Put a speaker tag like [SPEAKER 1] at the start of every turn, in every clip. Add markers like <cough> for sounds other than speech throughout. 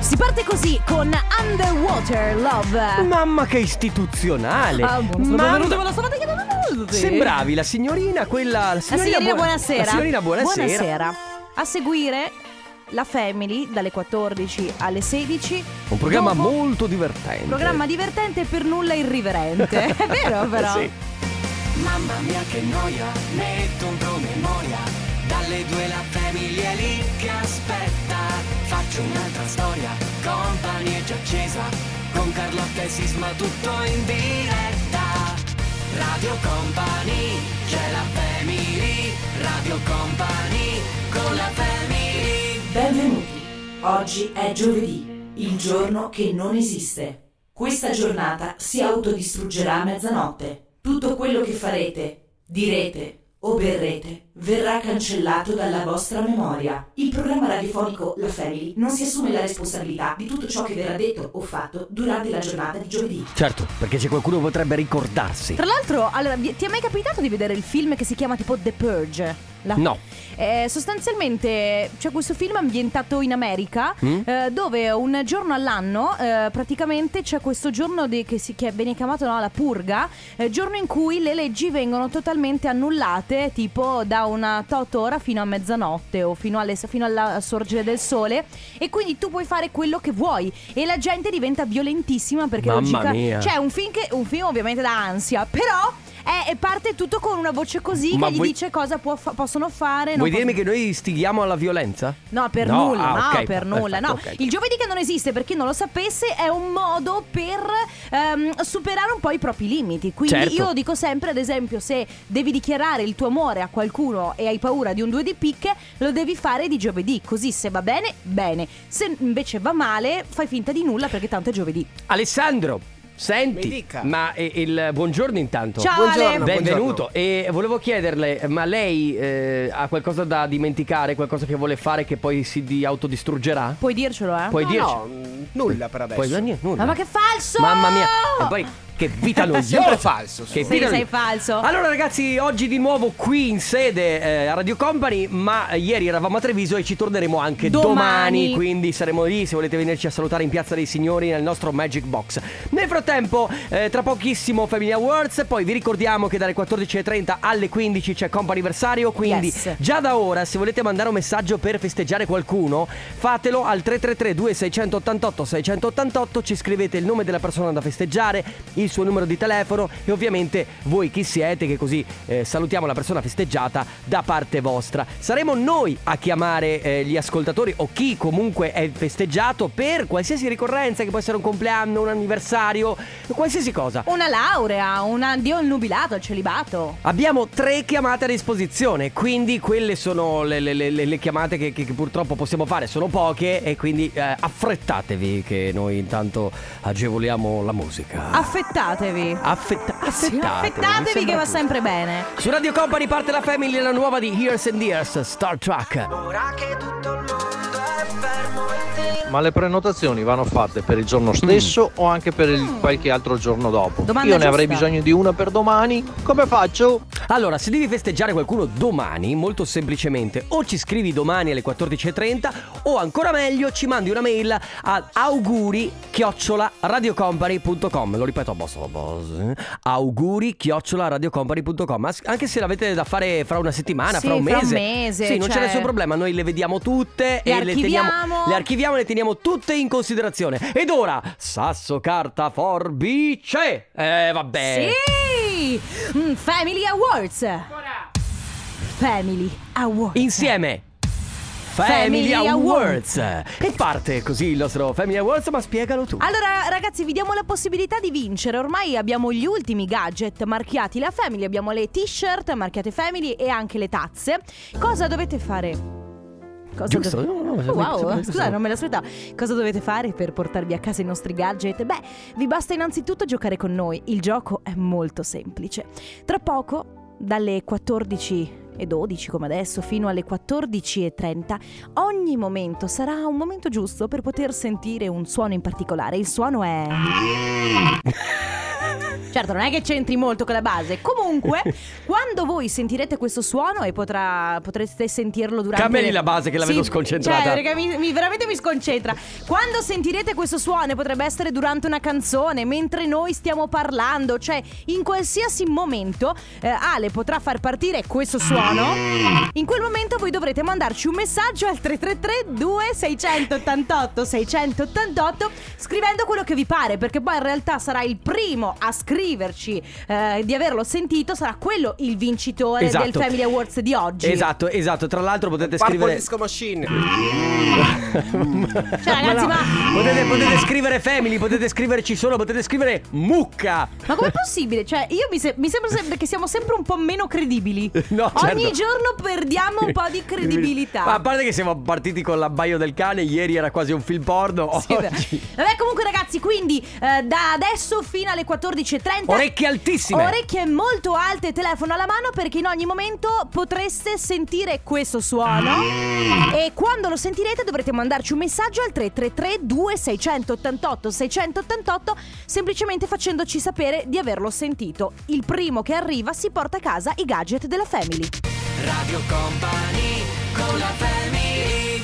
[SPEAKER 1] Si parte così con Underwater Love.
[SPEAKER 2] Mamma che istituzionale.
[SPEAKER 1] Ah, buonasera,
[SPEAKER 2] Mamma-
[SPEAKER 1] benvenuta, buona serata, che benvenuti.
[SPEAKER 2] Sembravi la signorina, quella. La
[SPEAKER 1] La
[SPEAKER 2] signorina,
[SPEAKER 1] signorina
[SPEAKER 2] buona-
[SPEAKER 1] buonasera.
[SPEAKER 2] La signorina buonasera.
[SPEAKER 1] Buonasera. A seguire la Family dalle 14 alle 16.
[SPEAKER 2] Un programma
[SPEAKER 1] Dopo-
[SPEAKER 2] molto divertente.
[SPEAKER 1] Programma divertente e per nulla
[SPEAKER 2] <laughs>
[SPEAKER 1] irriverente. È <laughs> vero però.
[SPEAKER 2] Sì.
[SPEAKER 3] Mamma mia che noia, metto un promemoria. Dalle due la famiglia è lì che aspetta. Faccio un'altra storia, company è già accesa. Con Carlotta e Sisma tutto in diretta. Radio Company, c'è la family. Radio Company, con la family.
[SPEAKER 4] Benvenuti. Oggi è giovedì, il giorno che non esiste. Questa giornata si autodistruggerà a mezzanotte. Tutto quello che farete, direte o berrete verrà cancellato dalla vostra memoria. Il programma radiofonico La Family non si assume la responsabilità di tutto ciò che verrà detto o fatto durante la giornata di giovedì.
[SPEAKER 2] Certo, perché se qualcuno potrebbe ricordarsi.
[SPEAKER 1] Tra l'altro, allora, vi- ti è mai capitato di vedere il film che si chiama tipo The Purge? La-
[SPEAKER 2] No.
[SPEAKER 1] Eh, sostanzialmente c'è questo film ambientato in America
[SPEAKER 2] Mm?
[SPEAKER 1] eh, dove un giorno all'anno eh, praticamente c'è questo giorno di- che, si, che viene chiamato no, la purga, eh, giorno in cui le leggi vengono totalmente annullate tipo da una tot ora fino a mezzanotte o fino, alle- fino alla sorgere del sole e quindi tu puoi fare quello che vuoi e la gente diventa violentissima perché
[SPEAKER 2] Mamma
[SPEAKER 1] logica-
[SPEAKER 2] mia.
[SPEAKER 1] Cioè, è un film, che, un film ovviamente da ansia, però è, e parte tutto con una voce così
[SPEAKER 2] Ma
[SPEAKER 1] che gli
[SPEAKER 2] vuoi-
[SPEAKER 1] dice Cioè, cosa può fa- possono fare. non
[SPEAKER 2] Vuoi
[SPEAKER 1] possono-
[SPEAKER 2] dirmi che noi stighiamo alla violenza?
[SPEAKER 1] No, per
[SPEAKER 2] No,
[SPEAKER 1] nulla,
[SPEAKER 2] ah,
[SPEAKER 1] no,
[SPEAKER 2] ok,
[SPEAKER 1] per
[SPEAKER 2] perfetto,
[SPEAKER 1] nulla. No.
[SPEAKER 2] ok.
[SPEAKER 1] Il giovedì che non esiste, per chi non lo sapesse, è un modo per ehm, superare un po' i propri limiti. Quindi
[SPEAKER 2] Certo.
[SPEAKER 1] io dico sempre, ad esempio, se devi dichiarare il tuo amore a qualcuno e hai paura di un due di picche, lo devi fare di giovedì. Così se va bene, bene. Se invece va male, fai finta di nulla perché tanto è giovedì.
[SPEAKER 2] Alessandro, senti,
[SPEAKER 5] Mi dica.
[SPEAKER 2] ma eh, il buongiorno intanto.
[SPEAKER 1] Ciao,
[SPEAKER 5] Buongiorno,
[SPEAKER 1] Ale.
[SPEAKER 2] Benvenuto e volevo chiederle, ma lei eh, ha qualcosa da dimenticare, qualcosa che vuole fare che poi si di- autodistruggerà?
[SPEAKER 1] Puoi dircelo, eh?
[SPEAKER 2] Puoi
[SPEAKER 5] No,
[SPEAKER 2] dirci?
[SPEAKER 5] no, mh, nulla per adesso.
[SPEAKER 2] Poi no, niente, nulla.
[SPEAKER 1] Ma, ma che falso!
[SPEAKER 2] Mamma mia, e poi che vita
[SPEAKER 1] <laughs>
[SPEAKER 2] noiosa.
[SPEAKER 5] Sempre falso,
[SPEAKER 2] Che
[SPEAKER 5] solo.
[SPEAKER 2] vita
[SPEAKER 1] Sì, sei
[SPEAKER 2] noiosa.
[SPEAKER 1] falso.
[SPEAKER 2] Allora ragazzi, oggi di nuovo qui in sede eh, a Radio Company, ma eh, ieri eravamo a Treviso e ci torneremo anche domani.
[SPEAKER 1] Domani.
[SPEAKER 2] quindi saremo lì se volete venirci a salutare in Piazza dei Signori nel nostro Magic Box. Nel frattempo, eh, tra pochissimo Family Awards, poi vi ricordiamo che dalle 14.30 alle 15 c'è Companiversario, quindi
[SPEAKER 1] Yes.
[SPEAKER 2] già da ora se volete mandare un messaggio per festeggiare qualcuno, fatelo al 333 2688 688, ci scrivete il nome della persona da festeggiare, il suo numero di telefono e ovviamente voi chi siete che così eh, salutiamo la persona festeggiata da parte vostra. Saremo noi a chiamare eh, gli ascoltatori o chi comunque è festeggiato per qualsiasi ricorrenza che può essere un compleanno, un anniversario, qualsiasi cosa.
[SPEAKER 1] Una laurea, un dio al nubilato, al celibato.
[SPEAKER 2] Abbiamo tre chiamate a disposizione, quindi quelle sono le, le- le- le- le chiamate che, che- che purtroppo possiamo fare, sono poche e quindi eh, affrettatevi che noi intanto agevoliamo la musica.
[SPEAKER 1] Affettatevi.
[SPEAKER 2] Affetta- affettatevi, mi
[SPEAKER 1] Affettatevi
[SPEAKER 2] sembra
[SPEAKER 1] che va
[SPEAKER 2] giusto.
[SPEAKER 1] sempre bene.
[SPEAKER 2] Su Radio Company parte la Family, la nuova di Years and Years, Star Trek.
[SPEAKER 3] Ora che tutto il mondo è fermo
[SPEAKER 6] Ma le prenotazioni vanno fatte per il giorno stesso
[SPEAKER 2] Mm.
[SPEAKER 6] o anche per il- qualche altro giorno dopo?
[SPEAKER 1] Mm. Domanda
[SPEAKER 6] Io ne avrei
[SPEAKER 1] giusta.
[SPEAKER 6] bisogno di una per domani. Come faccio?
[SPEAKER 2] Allora, se devi festeggiare qualcuno domani, molto semplicemente, o ci scrivi domani alle 14.30 o ancora meglio ci mandi una mail ad auguri Lo ripeto boh, a boss, auguri Anche se l'avete da fare fra una settimana,
[SPEAKER 1] Sì,
[SPEAKER 2] fra un
[SPEAKER 1] fra
[SPEAKER 2] mese.
[SPEAKER 1] un mese,
[SPEAKER 2] Sì, non c'è
[SPEAKER 1] cioè-
[SPEAKER 2] nessun problema, noi le vediamo tutte
[SPEAKER 1] Le
[SPEAKER 2] e le teniamo,
[SPEAKER 1] archiviamo.
[SPEAKER 2] le archiviamo e le teniamo tutte in considerazione. Ed ora, sasso, carta, forbice. Eh, vabbè.
[SPEAKER 1] Sì! Mm, Family Awards. Family Awards.
[SPEAKER 2] Insieme Family,
[SPEAKER 1] Family
[SPEAKER 2] Awards. E parte così il nostro Family Awards Ma spiegalo tu
[SPEAKER 1] Allora ragazzi vi diamo la possibilità di vincere, ormai abbiamo gli ultimi gadget marchiati la Family, abbiamo le t-shirt marchiate Family e anche le tazze. Cosa dovete fare? Cosa
[SPEAKER 2] Giusto,
[SPEAKER 1] dov-
[SPEAKER 2] no, no,
[SPEAKER 1] Oh, wow,
[SPEAKER 2] giusto.
[SPEAKER 1] scusa, non me l'aspettavo. Cosa dovete fare per portarvi a casa i nostri gadget? Beh, vi basta innanzitutto giocare con noi, il gioco è molto semplice. Tra poco, dalle 14 e 12 come adesso fino alle 14 e 30 ogni momento sarà un momento giusto per poter sentire un suono in particolare il suono è <laughs> Certo, non è che c'entri molto con la base. <laughs> Comunque, quando voi sentirete questo suono e potrà- potrete sentirlo durante...
[SPEAKER 2] Cambiali la base che la vedo
[SPEAKER 1] Sì,
[SPEAKER 2] sconcentrata.
[SPEAKER 1] Cioè, perché mi, mi- veramente mi sconcentra. Quando sentirete questo suono, e potrebbe essere durante una canzone, mentre noi stiamo parlando, cioè in qualsiasi momento eh, Ale potrà far partire questo suono. In quel momento voi dovrete mandarci un messaggio al 333 2688 688 scrivendo quello che vi pare, perché poi in realtà sarà il primo a scriverci eh, di averlo sentito, sarà quello il vincitore del
[SPEAKER 2] Esatto.
[SPEAKER 1] Family Awards di oggi.
[SPEAKER 2] Esatto, esatto. Tra l'altro potete
[SPEAKER 5] Purple
[SPEAKER 2] scrivere.
[SPEAKER 5] Disco Machine.
[SPEAKER 1] Cioè, ragazzi,
[SPEAKER 2] Ma no,
[SPEAKER 1] ma
[SPEAKER 2] Potete, potete scrivere family, potete scriverci solo, potete scrivere mucca.
[SPEAKER 1] Ma com'è possibile? Cioè, io mi, se- mi sembra sempre che siamo sempre un po' meno credibili.
[SPEAKER 2] <laughs> No,
[SPEAKER 1] Ogni
[SPEAKER 2] certo.
[SPEAKER 1] giorno perdiamo un po' di credibilità.
[SPEAKER 2] Ma a parte che siamo partiti con l'abbaio del cane, ieri era quasi un film porno.
[SPEAKER 1] Sì, beh.
[SPEAKER 2] oggi-
[SPEAKER 1] Vabbè, comunque, ragazzi, quindi eh, da adesso fino alle 14.30.
[SPEAKER 2] Orecchie altissime.
[SPEAKER 1] Orecchie molto alte, telefono alla mano perché in ogni momento potreste sentire questo suono. E quando lo sentirete dovrete mandarci un messaggio al 333-2688-688 semplicemente facendoci sapere di averlo sentito. Il primo che arriva si porta a casa i gadget della Family.
[SPEAKER 3] Radio Company con la family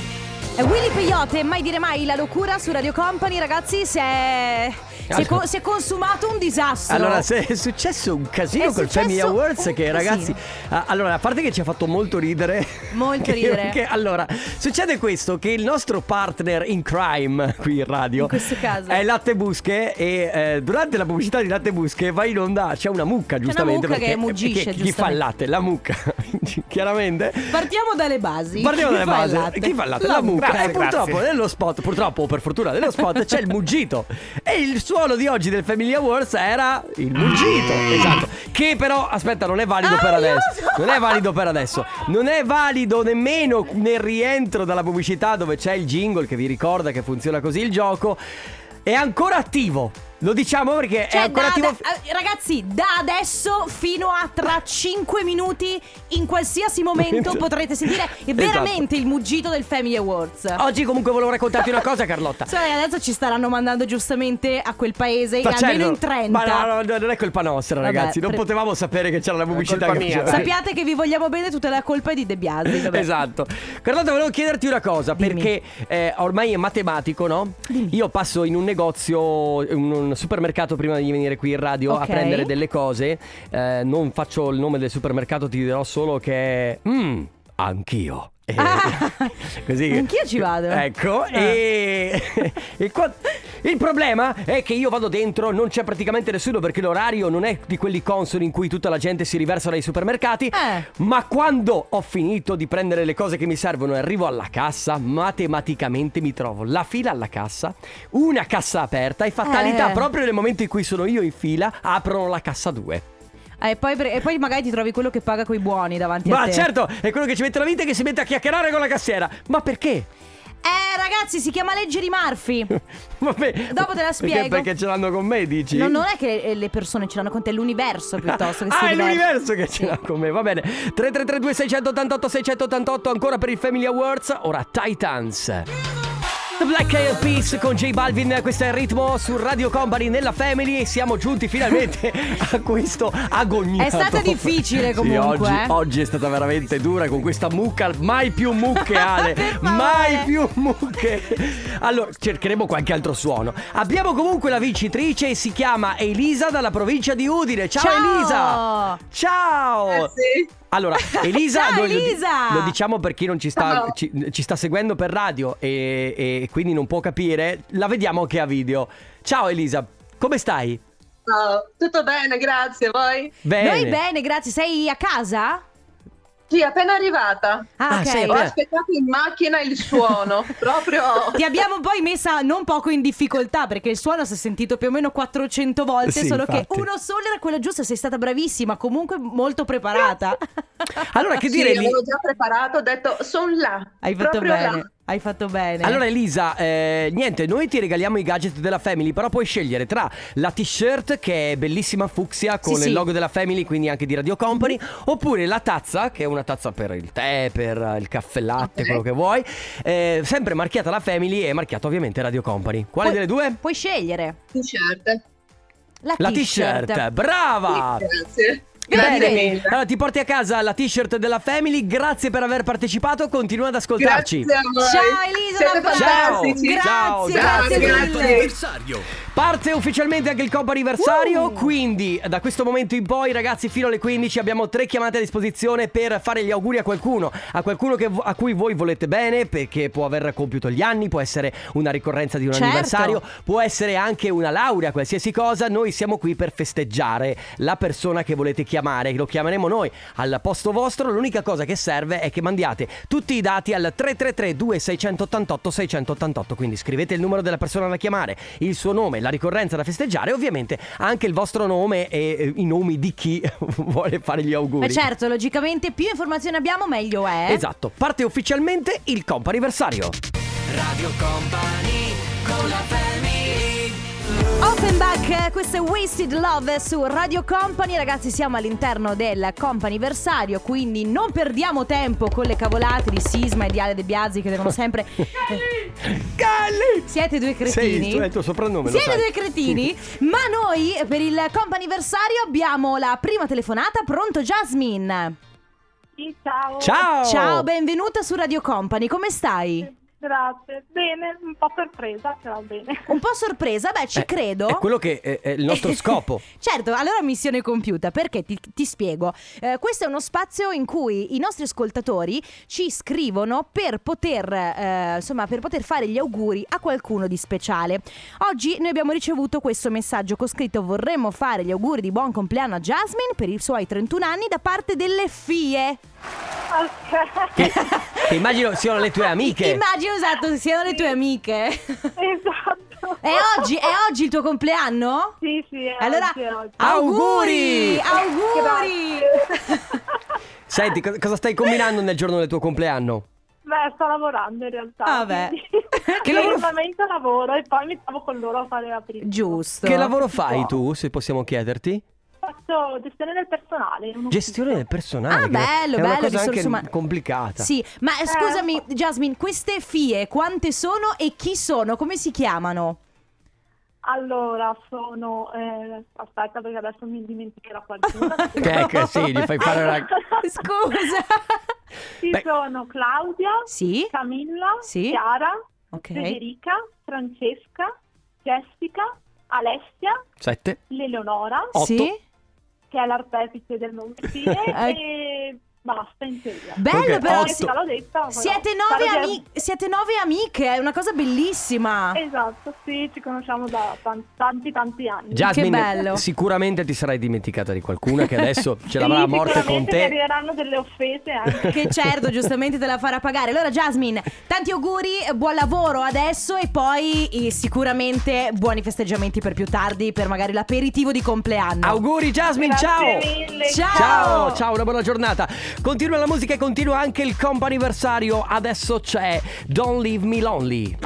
[SPEAKER 1] È Willy Peyote, mai dire mai la locura su Radio Company, ragazzi, si è, si è co- si è consumato un disastro.
[SPEAKER 2] Allora, se è successo un casino
[SPEAKER 1] È
[SPEAKER 2] col Family
[SPEAKER 1] successo
[SPEAKER 2] Awards
[SPEAKER 1] un
[SPEAKER 2] che ragazzi, a- allora, a parte che ci ha fatto molto ridere.
[SPEAKER 1] Molto
[SPEAKER 2] <laughs> che-
[SPEAKER 1] ridere.
[SPEAKER 2] che- allora, succede questo che il nostro partner in crime qui in radio
[SPEAKER 1] In questo caso.
[SPEAKER 2] è Latte Busche e eh, durante la pubblicità di Latte Busche va in onda c'è una mucca, giustamente
[SPEAKER 1] mucca che
[SPEAKER 2] perché,
[SPEAKER 1] muggisce,
[SPEAKER 2] perché chi fa
[SPEAKER 1] giustamente.
[SPEAKER 2] il latte? La mucca. <laughs> Chiaramente.
[SPEAKER 1] Partiamo dalle basi.
[SPEAKER 2] Partiamo
[SPEAKER 1] Chi fa
[SPEAKER 2] dalle
[SPEAKER 1] il
[SPEAKER 2] basi.
[SPEAKER 1] latte?
[SPEAKER 2] Chi fa il latte? La,
[SPEAKER 1] La eh,
[SPEAKER 2] mucca.
[SPEAKER 5] grazie,
[SPEAKER 2] e purtroppo
[SPEAKER 5] grazie.
[SPEAKER 2] nello spot, purtroppo o per fortuna nello spot c'è il muggito. E il suono di oggi del Family Awards era il muggito. Esatto. Che però, aspetta, non è valido per adesso. Non è valido per adesso. Non è valido nemmeno nel rientro dalla pubblicità dove c'è il jingle che vi ricorda che funziona così il gioco. È ancora attivo. Lo diciamo perché è
[SPEAKER 1] Cioè,
[SPEAKER 2] ancora
[SPEAKER 1] da-
[SPEAKER 2] attivo.
[SPEAKER 1] da- eh, ragazzi, da adesso fino a tra 5 minuti, in qualsiasi momento potrete sentire
[SPEAKER 2] <laughs> Esatto.
[SPEAKER 1] veramente il muggito del Family Awards.
[SPEAKER 2] Oggi comunque volevo raccontarti una cosa, Carlotta.
[SPEAKER 1] Cioè, adesso ci staranno mandando giustamente a quel paese
[SPEAKER 2] Faccello.
[SPEAKER 1] almeno in 30.
[SPEAKER 2] Ma no, no, no, non è colpa nostra,
[SPEAKER 1] Vabbè,
[SPEAKER 2] ragazzi. non
[SPEAKER 1] pre-
[SPEAKER 2] potevamo sapere che c'era la pubblicità
[SPEAKER 5] colpa
[SPEAKER 2] che
[SPEAKER 5] mia,
[SPEAKER 2] faceva- <laughs>
[SPEAKER 1] Sappiate che vi vogliamo bene, tutta la colpa è di De Biasi. vabbè.
[SPEAKER 2] Esatto. Carlotta, volevo chiederti una cosa,
[SPEAKER 1] Dimmi.
[SPEAKER 2] perché eh, ormai è matematico, no? Io passo in un negozio, in un supermercato prima di venire qui in radio
[SPEAKER 1] Ok.
[SPEAKER 2] a prendere delle cose. Eh, non faccio il nome del supermercato, ti dirò solo che è. Mm, anch'io. Eh,
[SPEAKER 1] Ah,
[SPEAKER 2] <laughs> Così.
[SPEAKER 1] anch'io ci vado.
[SPEAKER 2] Ecco,
[SPEAKER 1] Ah.
[SPEAKER 2] e <laughs> il, qua- il problema è che io vado dentro, non c'è praticamente nessuno perché l'orario non è di quelli consoli in cui tutta la gente si riversa dai supermercati.
[SPEAKER 1] Eh.
[SPEAKER 2] Ma quando ho finito di prendere le cose che mi servono e arrivo alla cassa, matematicamente mi trovo la fila alla cassa, una cassa aperta e fatalità,
[SPEAKER 1] Eh.
[SPEAKER 2] proprio nel momento in cui sono io in fila, aprono la cassa 2.
[SPEAKER 1] Ah, E, poi, e poi magari ti trovi quello che paga coi buoni davanti a
[SPEAKER 2] Ma
[SPEAKER 1] te.
[SPEAKER 2] certo, è quello che ci mette la vita e che si mette a chiacchierare con la cassiera. Ma perché?
[SPEAKER 1] Eh, ragazzi, si chiama legge di Murphy.
[SPEAKER 2] Vabbè,
[SPEAKER 1] Dopo te la
[SPEAKER 2] perché-
[SPEAKER 1] spiego.
[SPEAKER 2] Perché ce l'hanno con me, dici?
[SPEAKER 1] No, non è che eh, le persone ce l'hanno con te, è l'universo piuttosto che si
[SPEAKER 2] ah, è
[SPEAKER 1] diverte.
[SPEAKER 2] l'universo che
[SPEAKER 1] Sì.
[SPEAKER 2] ce l'ha con me, va bene. 3332 688 688 ancora per il Family Awards, ora Titans. The Black Eyed Peas con J Balvin, questo è il ritmo su Radio Company nella Family e siamo
[SPEAKER 1] <laughs>
[SPEAKER 2] giunti finalmente a questo agognato.
[SPEAKER 1] È stata difficile comunque,
[SPEAKER 2] Sì, oggi,
[SPEAKER 1] eh.
[SPEAKER 2] oggi è stata veramente dura con questa mucca, mai più mucche Ale,
[SPEAKER 1] <laughs> Per favore.
[SPEAKER 2] mai più mucche. Allora, cercheremo qualche altro suono. Abbiamo comunque la vincitrice, si chiama Elisa dalla provincia di Udine. Ciao, Eh,
[SPEAKER 1] Ciao! Ah,
[SPEAKER 2] Elisa! Ciao! Allora, Elisa,
[SPEAKER 1] <laughs> Ciao,
[SPEAKER 2] noi lo di-
[SPEAKER 1] Elisa!
[SPEAKER 2] Lo, diciamo per chi non ci sta, ci, ci sta seguendo per radio e, e quindi non può capire, la vediamo anche a video. Ciao Elisa, come stai?
[SPEAKER 7] Ciao, tutto bene, grazie. Voi?
[SPEAKER 2] Bene.
[SPEAKER 1] Noi bene, grazie. Sei a casa?
[SPEAKER 7] Sì, appena arrivata.
[SPEAKER 1] Ah,
[SPEAKER 2] Ah,
[SPEAKER 1] ok.
[SPEAKER 2] sei
[SPEAKER 8] <laughs>
[SPEAKER 7] Ho
[SPEAKER 2] Eh.
[SPEAKER 7] aspettato in macchina il
[SPEAKER 1] <laughs>
[SPEAKER 7] suono, proprio
[SPEAKER 1] Ti abbiamo poi messa non poco in difficoltà perché il suono si è sentito più o meno 400 volte,
[SPEAKER 2] Sì,
[SPEAKER 1] solo
[SPEAKER 2] infatti.
[SPEAKER 1] che uno solo era quello giusto, sei stata bravissima, comunque molto preparata.
[SPEAKER 2] Allora, che
[SPEAKER 7] Sì,
[SPEAKER 2] dire Eli-
[SPEAKER 7] l'avevo già preparato, ho detto sono là.
[SPEAKER 1] Hai fatto
[SPEAKER 7] proprio
[SPEAKER 1] bene,
[SPEAKER 7] là.
[SPEAKER 1] hai fatto bene.
[SPEAKER 2] Allora Elisa, eh, niente, noi ti regaliamo i gadget della Family, però puoi scegliere tra la t-shirt che è bellissima fucsia con
[SPEAKER 1] Sì,
[SPEAKER 2] il
[SPEAKER 1] sì.
[SPEAKER 2] logo della Family, quindi anche di Radio Company, oppure la tazza che è una tazza per il tè, per il caffè latte,
[SPEAKER 7] Ok.
[SPEAKER 2] quello che vuoi, eh, sempre marchiata la Family e marchiata ovviamente Radio Company. Quale
[SPEAKER 1] Puoi-
[SPEAKER 2] delle due?
[SPEAKER 1] Puoi scegliere.
[SPEAKER 7] T-shirt.
[SPEAKER 1] La, Eh,
[SPEAKER 2] La t-shirt, brava!
[SPEAKER 7] Grazie.
[SPEAKER 1] Bene.
[SPEAKER 7] Grazie mille.
[SPEAKER 2] Allora ti porti a casa la t-shirt della Family, grazie per aver partecipato, continua ad ascoltarci.
[SPEAKER 7] Grazie a voi.
[SPEAKER 1] Ciao Elisa,
[SPEAKER 7] Siete
[SPEAKER 1] un abbraccio.
[SPEAKER 7] fantastici.
[SPEAKER 1] Grazie,
[SPEAKER 2] Ciao,
[SPEAKER 1] grazie,
[SPEAKER 7] grazie.
[SPEAKER 1] mille.
[SPEAKER 2] Parte ufficialmente anche il compo anniversario, quindi da questo momento in poi ragazzi fino alle 15 abbiamo tre chiamate a disposizione per fare gli auguri a qualcuno, a qualcuno che vo- a cui voi volete bene perché può aver compiuto gli anni, può essere una ricorrenza di un
[SPEAKER 1] Certo.
[SPEAKER 2] anniversario, può essere anche una laurea, qualsiasi cosa, noi siamo qui per festeggiare la persona che volete chiamare, lo chiameremo noi al posto vostro, l'unica cosa che serve è che mandiate tutti i dati al 333 2688 688, quindi scrivete il numero della persona da chiamare, il suo nome, la ricorrenza da festeggiare e ovviamente anche il vostro nome e eh, i nomi di chi <laughs> vuole fare gli auguri.
[SPEAKER 1] Beh, certo, logicamente più informazioni abbiamo meglio è.
[SPEAKER 2] Esatto, parte ufficialmente il compa anniversario. Radio Company con la
[SPEAKER 1] Offenbach, eh, questo è Wasted Love su Radio Company. Ragazzi, siamo all'interno del companiversario, quindi non perdiamo tempo con le cavolate di Sisma e di Ale De Biasi che devono
[SPEAKER 2] <laughs>
[SPEAKER 1] sempre.
[SPEAKER 2] Galli!
[SPEAKER 1] Siete due
[SPEAKER 2] Sei
[SPEAKER 1] cretini.
[SPEAKER 2] il tuo, è il tuo soprannome, lo
[SPEAKER 1] Siete
[SPEAKER 2] sai.
[SPEAKER 1] due cretini, ma noi eh, per il companiversario abbiamo la prima telefonata. Pronto, Jasmine?
[SPEAKER 5] Sì, ciao.
[SPEAKER 2] Ciao! Eh,
[SPEAKER 1] Ciao, benvenuta su Radio Company, come stai?
[SPEAKER 5] Grazie. Bene, un po' sorpresa, però bene. <laughs>
[SPEAKER 1] Un po' sorpresa, beh, ci
[SPEAKER 2] Eh,
[SPEAKER 1] credo.
[SPEAKER 2] È quello che è, è
[SPEAKER 1] <laughs>
[SPEAKER 2] il nostro scopo.
[SPEAKER 1] Certo, allora missione compiuta, perché ti, ti spiego. Eh, questo è uno spazio in cui i nostri ascoltatori ci scrivono per poter, eh, insomma, per poter fare gli auguri a qualcuno di speciale. Oggi noi abbiamo ricevuto questo messaggio con scritto vorremmo fare gli auguri di buon compleanno a Jasmine per i suoi 31 anni da parte delle FIE.
[SPEAKER 5] Ok. <laughs>
[SPEAKER 2] Che, Eh, che immagino siano le tue amiche.
[SPEAKER 1] Immagino, esatto, siano le tue amiche.
[SPEAKER 5] esatto.
[SPEAKER 1] <laughs> È oggi, è oggi il tuo compleanno?
[SPEAKER 5] Sì, sì, è
[SPEAKER 1] Allora,
[SPEAKER 5] oggi, è oggi.
[SPEAKER 2] Auguri!
[SPEAKER 1] auguri! Auguri!
[SPEAKER 5] Grazie. <laughs>
[SPEAKER 2] Senti, co- cosa stai combinando nel giorno del tuo compleanno?
[SPEAKER 5] Beh, sto lavorando in realtà.
[SPEAKER 1] Vabbè. Ah, <laughs> Che
[SPEAKER 5] <laughs> Che
[SPEAKER 1] lavoro-
[SPEAKER 5] normalmente lavoro e poi mi trovo con loro a fare la prima.
[SPEAKER 1] Giusto.
[SPEAKER 2] Che lavoro fai tu, se possiamo chiederti?
[SPEAKER 5] Faccio gestione del personale. in un
[SPEAKER 2] Gestione del personale.
[SPEAKER 1] Ah,
[SPEAKER 2] che
[SPEAKER 1] bello,
[SPEAKER 2] è
[SPEAKER 1] bello,
[SPEAKER 2] una cosa anche
[SPEAKER 1] risorse umane.
[SPEAKER 2] complicata.
[SPEAKER 1] Sì, ma eh, scusami Jasmine, queste FIE quante sono e chi sono? Come si chiamano?
[SPEAKER 5] Allora, sono... eh, aspetta perché adesso mi dimenticherò
[SPEAKER 2] <laughs>
[SPEAKER 5] qualcuno.
[SPEAKER 2] Che- che sì, gli fai fare una-
[SPEAKER 1] <laughs> Scusa.
[SPEAKER 5] Ci
[SPEAKER 2] Beh.
[SPEAKER 5] sono Claudia,
[SPEAKER 1] Sì?
[SPEAKER 5] Camilla,
[SPEAKER 1] Sì.
[SPEAKER 5] Chiara,
[SPEAKER 1] Ok.
[SPEAKER 5] Federica, Francesca, Jessica, Alessia,
[SPEAKER 2] Sette.
[SPEAKER 5] l'Eleonora,
[SPEAKER 2] Otto.
[SPEAKER 1] Sì?
[SPEAKER 5] che è l'artefice del Monstile,
[SPEAKER 1] Eh.
[SPEAKER 5] e basta in teoria.
[SPEAKER 1] Bello
[SPEAKER 2] Ok,
[SPEAKER 1] però.
[SPEAKER 2] otto.
[SPEAKER 5] Eh, sì, l'ho detta, però-
[SPEAKER 1] Siete nove,
[SPEAKER 5] Guarda che-
[SPEAKER 1] ami- siete nove amiche, è una cosa bellissima.
[SPEAKER 5] Esatto, sì, ci conosciamo da tan- tanti, tanti anni.
[SPEAKER 2] Jasmine,
[SPEAKER 1] bello.
[SPEAKER 2] sicuramente ti sarai dimenticata di qualcuna che adesso
[SPEAKER 1] <laughs>
[SPEAKER 2] ce
[SPEAKER 5] Sì,
[SPEAKER 2] l'avrà a morte con
[SPEAKER 5] sicuramente mi
[SPEAKER 2] te.
[SPEAKER 5] arriveranno delle offese anche.
[SPEAKER 1] Che certo, giustamente te la farà pagare. Allora, Jasmine, tanti auguri, eh, buon lavoro adesso e poi eh, sicuramente buoni festeggiamenti per più tardi, per magari l'aperitivo di compleanno.
[SPEAKER 2] Auguri Jasmine, ciao!
[SPEAKER 5] Grazie mille.
[SPEAKER 1] Ciao!
[SPEAKER 2] Ciao, ciao, una buona giornata. Continua la musica e continua anche il comp anniversario. Adesso c'è Don't Leave Me Lonely.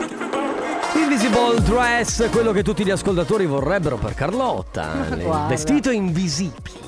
[SPEAKER 2] Invisible Dress, quello che tutti gli ascoltatori vorrebbero per Carlotta. Il
[SPEAKER 1] <laughs> guarda.
[SPEAKER 2] vestito invisibile.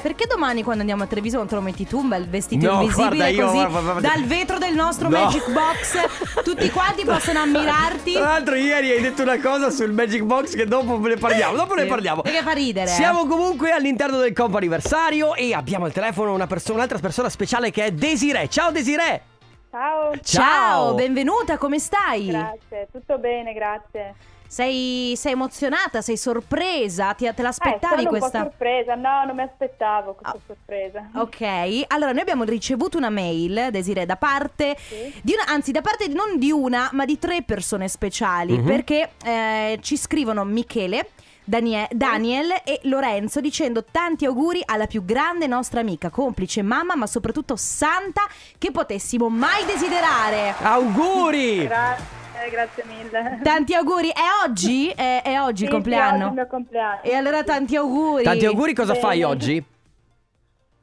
[SPEAKER 1] Perché domani quando andiamo a Treviso non te lo metti tu un bel vestito
[SPEAKER 2] No, guarda,
[SPEAKER 1] invisibile
[SPEAKER 2] io-
[SPEAKER 1] così
[SPEAKER 2] guarda, guarda.
[SPEAKER 1] dal vetro del nostro
[SPEAKER 2] No.
[SPEAKER 1] Magic Box tutti quanti possono ammirarti?
[SPEAKER 2] Tra l'altro ieri hai detto una cosa sul Magic Box che dopo ne parliamo, dopo ne
[SPEAKER 1] Sì.
[SPEAKER 2] parliamo.
[SPEAKER 1] Perché fa ridere, eh.
[SPEAKER 2] Siamo comunque all'interno del comp anniversario e abbiamo al telefono una persona, un'altra persona speciale che è Desiree. Ciao Desiree!
[SPEAKER 5] Ciao.
[SPEAKER 1] Ciao, benvenuta, come stai?
[SPEAKER 5] Grazie, tutto bene, grazie. Eh,
[SPEAKER 1] Sei, sei emozionata, sei sorpresa, Ti- te
[SPEAKER 5] Eh,
[SPEAKER 1] l'aspettavi questa?
[SPEAKER 5] sorpresa, no, non mi aspettavo questa sorpresa.
[SPEAKER 1] Ok, allora noi abbiamo ricevuto una mail, Desiree, da parte di una, anzi da parte di- non di una, ma di tre persone speciali,
[SPEAKER 2] Mhm.
[SPEAKER 1] perché eh, ci scrivono Michele, Danie- Daniel e Lorenzo dicendo tanti auguri alla più grande nostra amica, complice, mamma, ma soprattutto santa che potessimo mai desiderare.
[SPEAKER 2] Auguri!
[SPEAKER 5] Grazie, eh, grazie mille.
[SPEAKER 1] Tanti auguri, è oggi? È, è oggi il compleanno?
[SPEAKER 5] compleanno.
[SPEAKER 1] E allora tanti auguri.
[SPEAKER 2] Tanti auguri, cosa
[SPEAKER 5] Bene.
[SPEAKER 2] fai oggi?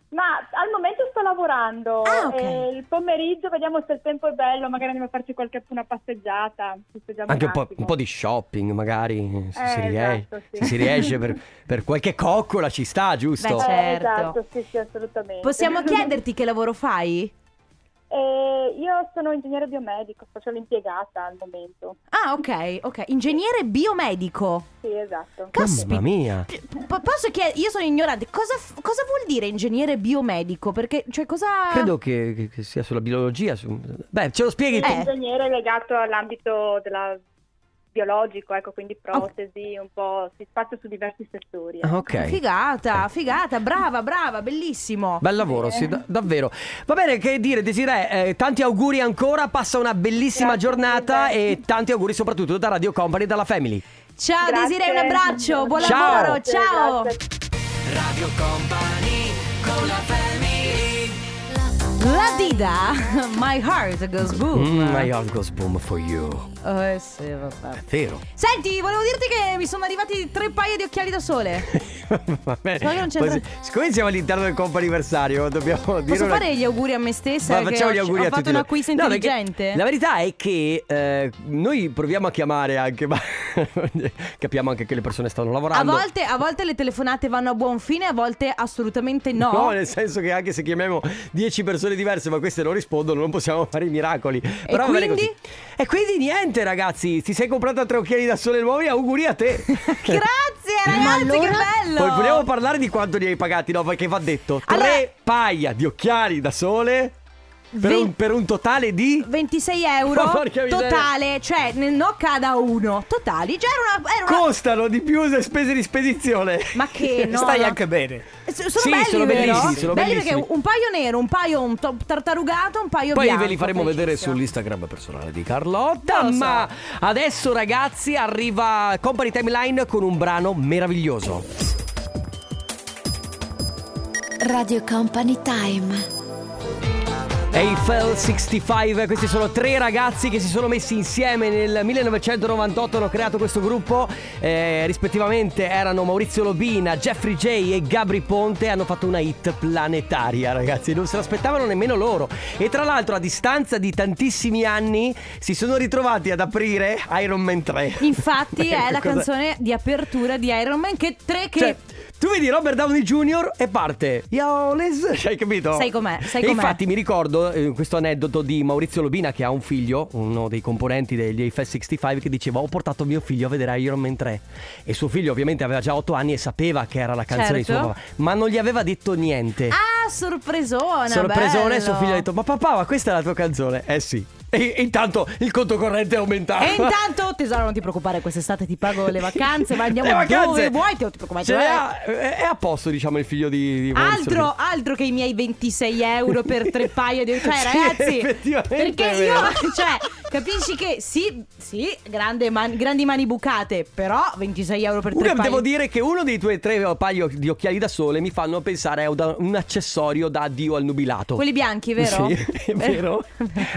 [SPEAKER 5] Ma al momento sto lavorando.
[SPEAKER 1] Ah, ok.
[SPEAKER 5] E il pomeriggio vediamo se il tempo è bello, magari andiamo a farci qualche una passeggiata. festeggiamo
[SPEAKER 2] Anche un po',
[SPEAKER 5] attimo.
[SPEAKER 2] un po' di shopping, magari. Se,
[SPEAKER 5] Eh,
[SPEAKER 2] si, rie-
[SPEAKER 5] esatto, sì.
[SPEAKER 2] se si riesce per, per qualche coccola ci sta, giusto?
[SPEAKER 1] Beh,
[SPEAKER 5] <laughs> Eh,
[SPEAKER 1] certo. <laughs>
[SPEAKER 5] Esatto, sì, sì, assolutamente.
[SPEAKER 1] Possiamo chiederti che lavoro fai?
[SPEAKER 5] Eh, io sono ingegnere biomedico, faccio l'impiegata al momento.
[SPEAKER 1] Ah, ok, ok. Ingegnere biomedico.
[SPEAKER 5] Sì, esatto.
[SPEAKER 1] Caspita.
[SPEAKER 2] Mamma mia.
[SPEAKER 1] P- posso chiedere? Io sono ignorante. Cosa, f- cosa vuol dire ingegnere biomedico? Perché, cioè, cosa.
[SPEAKER 2] Credo che, che- che sia sulla biologia. su- Beh, ce lo spieghi tu.
[SPEAKER 1] Eh.
[SPEAKER 5] Ingegnere legato all'ambito della- biologico, ecco, quindi protesi, un po' si spazia su diversi settori. ecco.
[SPEAKER 2] Ah, Ok.
[SPEAKER 1] Figata, figata, brava, brava, bellissimo.
[SPEAKER 2] Bel lavoro, sì, da- davvero. Va bene, che dire, Desiree, eh, tanti auguri ancora, passa una bellissima
[SPEAKER 5] Grazie
[SPEAKER 2] giornata
[SPEAKER 5] mille.
[SPEAKER 2] e tanti auguri soprattutto da Radio Company e dalla Family.
[SPEAKER 1] Ciao
[SPEAKER 5] Grazie.
[SPEAKER 1] Ah, Desiree, un abbraccio, buon
[SPEAKER 2] Ciao.
[SPEAKER 1] lavoro, ciao.
[SPEAKER 5] Grazie.
[SPEAKER 3] Radio Company con la family
[SPEAKER 1] La Dida, <laughs> My Heart Goes Boom.
[SPEAKER 2] Mm, my heart goes boom for you.
[SPEAKER 1] Eh, sì, vabbè.
[SPEAKER 2] Vero. <laughs>
[SPEAKER 1] Senti, volevo dirti che mi sono arrivati tre paia di occhiali da sole.
[SPEAKER 2] Va bene.
[SPEAKER 1] Solo che non c'entra-
[SPEAKER 2] Poi- Siccome siamo all'interno del comp'anniversario, dobbiamo dire
[SPEAKER 1] Posso
[SPEAKER 2] una-
[SPEAKER 1] fare gli auguri a me stessa?
[SPEAKER 2] Ma
[SPEAKER 1] che
[SPEAKER 2] facciamo
[SPEAKER 1] ho-
[SPEAKER 2] gli auguri
[SPEAKER 1] ho
[SPEAKER 2] a
[SPEAKER 1] fatto
[SPEAKER 2] tutti
[SPEAKER 1] un
[SPEAKER 2] noi.
[SPEAKER 1] acquisto
[SPEAKER 2] No, perché
[SPEAKER 1] intelligente.
[SPEAKER 2] la verità è che eh, noi proviamo a chiamare anche, ma <laughs> capiamo anche che le persone stanno
[SPEAKER 1] a,
[SPEAKER 2] lavorando.
[SPEAKER 1] volte, a volte le telefonate vanno a buon fine, a volte assolutamente no.
[SPEAKER 2] No, nel senso che anche se chiamiamo 10 persone diverse, ma queste non rispondono, non possiamo fare i miracoli. Però va bene
[SPEAKER 1] quindi?
[SPEAKER 2] così. E quindi niente, ragazzi. Ti sei comprata tre occhiali da sole nuovi. Auguri a te.
[SPEAKER 1] <laughs> Grazie ragazzi, che bello.
[SPEAKER 2] Cioè, Poi vogliamo parlare di quanto li hai pagati, no? Perché va detto: tre
[SPEAKER 1] Allora-
[SPEAKER 2] paia di occhiali da sole per,
[SPEAKER 1] Ven-
[SPEAKER 2] un, per un totale di.
[SPEAKER 1] 26 euro
[SPEAKER 2] Ma porca miseria.
[SPEAKER 1] totale, cioè ne- no cada uno, totali. Già era una... era una-
[SPEAKER 2] Costano di più le spese di spedizione.
[SPEAKER 1] Ma
[SPEAKER 2] <laughs>
[SPEAKER 1] che no,
[SPEAKER 9] Stai
[SPEAKER 1] no. Eh,
[SPEAKER 9] anche bene.
[SPEAKER 1] S- Sono
[SPEAKER 2] Sì,
[SPEAKER 1] belli,
[SPEAKER 2] sono
[SPEAKER 1] vero?
[SPEAKER 2] bellissimi, sono
[SPEAKER 1] belli
[SPEAKER 2] bellissimi.
[SPEAKER 1] perché un paio nero, un paio un to- tartarugato, un paio
[SPEAKER 2] Poi
[SPEAKER 1] bianco.
[SPEAKER 2] ve li faremo vedere
[SPEAKER 1] felicissimo.
[SPEAKER 2] sull'Instagram personale di Carlotta.
[SPEAKER 1] Non lo so.
[SPEAKER 2] Ma adesso, ragazzi, arriva Company Timeline con un brano meraviglioso.
[SPEAKER 10] Radio Company Time.
[SPEAKER 2] Eiffel 65, questi sono tre ragazzi che si sono messi insieme nel 1998, hanno creato questo gruppo, eh, rispettivamente erano Maurizio Lobina, Jeffrey J e Gabri Ponte, hanno fatto una hit planetaria ragazzi, non se l'aspettavano nemmeno loro e tra l'altro a distanza di tantissimi anni si sono ritrovati ad aprire Iron Man 3. <laughs>
[SPEAKER 1] Infatti è la
[SPEAKER 2] Cosa-
[SPEAKER 1] canzone di apertura di Iron Man che tre che
[SPEAKER 2] Cioè, tu vedi Robert Downey Jr. e parte. Yo, les- cioè, <laughs> Hai capito?
[SPEAKER 1] Sai com'è, sai
[SPEAKER 2] E
[SPEAKER 1] com'è.
[SPEAKER 2] infatti mi ricordo eh, questo aneddoto di Maurizio Lobina che ha un figlio, uno dei componenti degli Eiffel 65, che diceva ho portato mio figlio a vedere Iron Man 3. E suo figlio ovviamente aveva già 8 anni e sapeva che era la canzone di
[SPEAKER 1] Certo.
[SPEAKER 2] suo papà, ma non gli aveva detto niente.
[SPEAKER 1] Ah, sorpresona,
[SPEAKER 2] Sorpresone,
[SPEAKER 1] bello.
[SPEAKER 2] suo figlio ha detto ma papà, ma questa è la tua canzone? Eh sì. E, e intanto il conto corrente è aumentato.
[SPEAKER 1] E intanto, tesoro, non ti preoccupare, quest'estate ti pago le vacanze, ma andiamo
[SPEAKER 2] <laughs> Le vacanze.
[SPEAKER 1] dove
[SPEAKER 2] Cioè,
[SPEAKER 1] vuoi, te non ti preoccupare.
[SPEAKER 2] Ce le
[SPEAKER 1] dove-
[SPEAKER 2] ha- è a posto, diciamo, il figlio di, di Maurizio
[SPEAKER 1] Altro,
[SPEAKER 2] Lobina.
[SPEAKER 1] altro che i miei 26 euro per
[SPEAKER 2] <laughs>
[SPEAKER 1] tre paia di Cioè,
[SPEAKER 2] Sì,
[SPEAKER 1] ragazzi,
[SPEAKER 2] effettivamente
[SPEAKER 1] perché
[SPEAKER 2] è
[SPEAKER 1] io,
[SPEAKER 2] vero.
[SPEAKER 1] <laughs> cioè, capisci che sì, sì, grande man- grandi mani bucate, però 26 euro per tre
[SPEAKER 2] Uno,
[SPEAKER 1] paia.
[SPEAKER 2] devo dire che uno dei tuoi tre paio di occhiali da sole mi fanno pensare a un- un accessorio da addio al nubilato.
[SPEAKER 1] Quelli bianchi, vero? Eh,
[SPEAKER 2] Sì, <laughs>
[SPEAKER 1] <laughs>
[SPEAKER 2] è vero.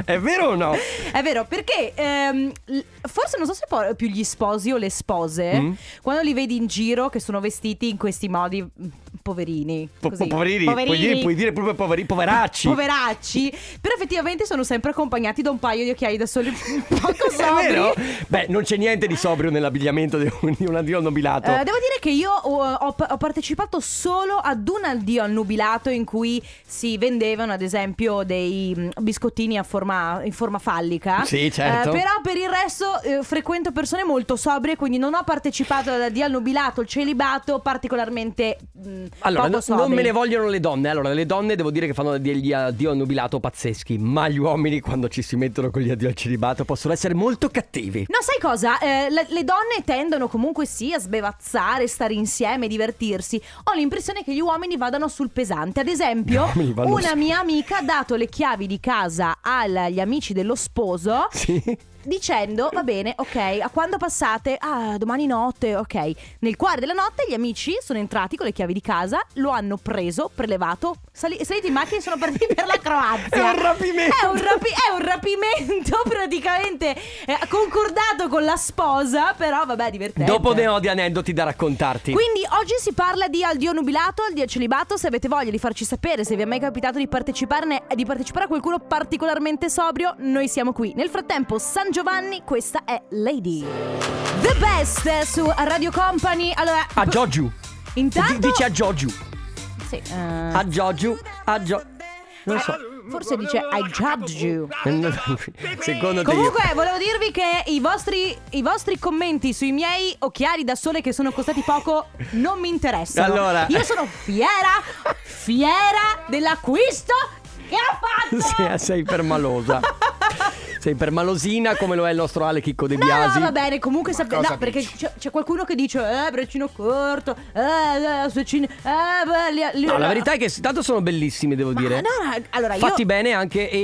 [SPEAKER 2] è vero o no?
[SPEAKER 1] È vero, perché ehm, l- forse non so se poi più gli sposi o le spose,
[SPEAKER 2] Mm.
[SPEAKER 1] quando li vedi in giro che sono vestiti in questi modi mm, poverini.
[SPEAKER 2] Po-
[SPEAKER 1] così.
[SPEAKER 2] poverini, Puoi, dire, puoi dire proprio poveri, poveracci.
[SPEAKER 1] Poveracci, però effettivamente sono sempre accompagnati da un paio di occhiali da sole
[SPEAKER 2] <laughs>
[SPEAKER 1] un poco
[SPEAKER 2] <laughs> È
[SPEAKER 1] ecco, sobri.
[SPEAKER 2] vero? Beh, non c'è niente di sobrio nell'abbigliamento di un, di un addio al nubilato.
[SPEAKER 1] Eh, devo dire che io ho, ho- ho partecipato solo ad un addio al nubilato in cui si vendevano ad esempio dei mm, biscottini a forma- in forma fallica.
[SPEAKER 2] Sì, certo.
[SPEAKER 1] Eh, però per il resto eh, frequento persone molto sobrie, quindi non ho partecipato ad addio al nubilato, il celibato particolarmente... mm,
[SPEAKER 2] Allora,
[SPEAKER 1] poco
[SPEAKER 2] no- non
[SPEAKER 1] sobri.
[SPEAKER 2] me ne vogliono le donne. Allora, le donne devo dire che fanno degli addio al nubilato pazzeschi, ma gli uomini quando ci si mettono con gli addio al celibato possono essere molto cattivi.
[SPEAKER 1] No, sai cosa? Eh, le, le donne tendono comunque sì a sbevazzare, stare insieme, divertirsi. Ho l'impressione che gli uomini vadano sul pesante. Ad
[SPEAKER 2] Gli
[SPEAKER 1] esempio,
[SPEAKER 2] uomini vanno
[SPEAKER 1] una
[SPEAKER 2] su-
[SPEAKER 1] mia amica ha dato le chiavi di casa agli amici dello sposo
[SPEAKER 2] Sì.
[SPEAKER 1] dicendo va bene, ok, a quando passate? Ah, domani notte, ok. Nel cuore della notte gli amici sono entrati con le chiavi di casa, lo hanno preso, prelevato, sali- saliti in macchina e sono partiti per la Croazia.
[SPEAKER 2] È un rapimento.
[SPEAKER 1] È un, rapi- è un rapimento praticamente eh, concordato con la sposa, però vabbè, divertente.
[SPEAKER 2] Dopo ne ho di aneddoti da raccontarti.
[SPEAKER 1] Quindi oggi si parla di al dio nubilato, al dio celibato, se avete voglia di farci sapere se vi è mai capitato di parteciparne eh, di partecipare a qualcuno particolarmente sobrio, noi siamo qui. Nel frattempo San Giovanni, questa è Lady. The best su Radio Company. Allora,
[SPEAKER 2] A Giorgio.
[SPEAKER 1] intanto
[SPEAKER 2] Dici a Giorgio.
[SPEAKER 1] Sì, eh,
[SPEAKER 2] A Giorgio. A Gio- Non so.
[SPEAKER 1] Forse dice I judge
[SPEAKER 5] <laughs>
[SPEAKER 1] you.
[SPEAKER 2] Eh, Secondo te io.
[SPEAKER 1] Comunque, volevo dirvi che i vostri, i vostri commenti sui miei occhiali da sole che sono costati poco non mi interessano.
[SPEAKER 2] Allora.
[SPEAKER 1] Io sono fiera, fiera dell'acquisto che
[SPEAKER 2] <laughs>
[SPEAKER 1] ho fatto. <laughs>
[SPEAKER 2] Sì, sei permalosa. Sei permalosina come lo è il nostro Ale Chicco De
[SPEAKER 1] No,
[SPEAKER 2] Biasi.
[SPEAKER 1] no, va bene, comunque
[SPEAKER 9] Ma
[SPEAKER 1] sap-
[SPEAKER 9] cosa
[SPEAKER 1] no, perché
[SPEAKER 9] dici?
[SPEAKER 1] c'è, c'è qualcuno che dice eh braccino corto, eh eh, succine, eh beh, li- li-
[SPEAKER 2] No, la verità è che s- tanto sono bellissimi, devo
[SPEAKER 1] Ma
[SPEAKER 2] dire.
[SPEAKER 1] no, no, allora io-
[SPEAKER 2] Fatti bene anche e,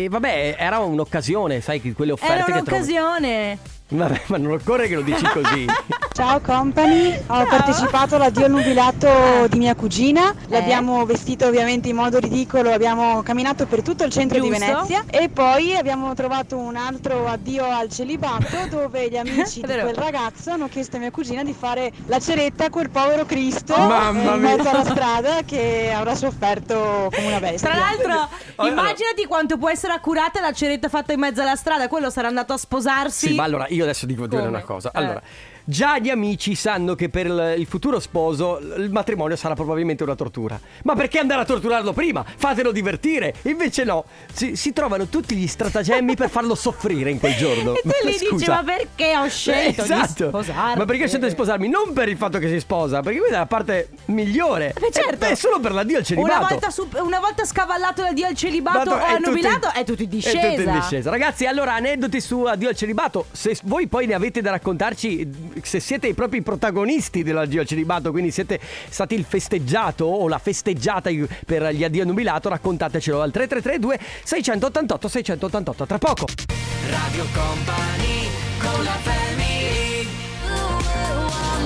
[SPEAKER 2] e- e vabbè, era un'occasione, sai, che quelle offerte
[SPEAKER 1] era
[SPEAKER 2] che trovi.
[SPEAKER 1] un'occasione.
[SPEAKER 2] Vabbè, ma non occorre che lo dici
[SPEAKER 1] <laughs>
[SPEAKER 2] così.
[SPEAKER 11] Ciao company, ho
[SPEAKER 1] Ciao. Ah.
[SPEAKER 11] partecipato all'addio al
[SPEAKER 1] <laughs>
[SPEAKER 11] nubilato di mia cugina,
[SPEAKER 1] Eh.
[SPEAKER 11] l'abbiamo vestito ovviamente in modo ridicolo, abbiamo camminato per tutto il centro di
[SPEAKER 1] Giusto.
[SPEAKER 11] Venezia e poi abbiamo trovato un altro addio al celibato dove
[SPEAKER 1] <laughs>
[SPEAKER 11] gli amici
[SPEAKER 1] È
[SPEAKER 11] di
[SPEAKER 1] vero.
[SPEAKER 11] quel ragazzo hanno chiesto a mia cugina di fare la ceretta a quel povero Cristo
[SPEAKER 1] Oh,
[SPEAKER 2] Mamma
[SPEAKER 11] in
[SPEAKER 2] mia.
[SPEAKER 11] mezzo alla strada che avrà sofferto come una bestia.
[SPEAKER 1] Tra l'altro,
[SPEAKER 2] Oh,
[SPEAKER 1] immaginati quanto può essere accurata la ceretta fatta in mezzo alla strada, quello sarà andato a sposarsi.
[SPEAKER 2] Sì, ma allora io adesso dico dire
[SPEAKER 1] Come?
[SPEAKER 2] una cosa.
[SPEAKER 1] Eh.
[SPEAKER 2] Allora, già gli amici sanno che per il il futuro sposo l- il matrimonio sarà probabilmente una tortura. Ma perché andare a torturarlo prima? Fatelo divertire. Invece no, si, si trovano tutti gli stratagemmi per farlo soffrire in quel giorno.
[SPEAKER 1] <laughs> E tu
[SPEAKER 2] Ma
[SPEAKER 1] lì dici,
[SPEAKER 2] scusa.
[SPEAKER 1] "Ma perché ho scelto di
[SPEAKER 2] esatto.
[SPEAKER 1] sposarmi?"
[SPEAKER 2] Ma perché ho scelto di sposarmi? Non per il fatto che si sposa, perché quella è la parte migliore.
[SPEAKER 1] Beh, certo.
[SPEAKER 2] Eh, beh, solo per l'addio al celibato.
[SPEAKER 1] Una volta, su- una volta scavallato l'addio al celibato
[SPEAKER 2] Vado-
[SPEAKER 1] o
[SPEAKER 2] è
[SPEAKER 1] annubilato,
[SPEAKER 2] tutto in-
[SPEAKER 1] è tutto in
[SPEAKER 2] È tutto in
[SPEAKER 1] discesa.
[SPEAKER 2] discesa. Ragazzi, allora aneddoti su Addio al celibato. Se s- voi poi ne avete da raccontarci, se siete i propri protagonisti dell'addio al celibato, quindi siete stati il festeggiato o la festeggiata i- per gli addio annubilato, raccontatecelo al 3332 688 688. Tra poco.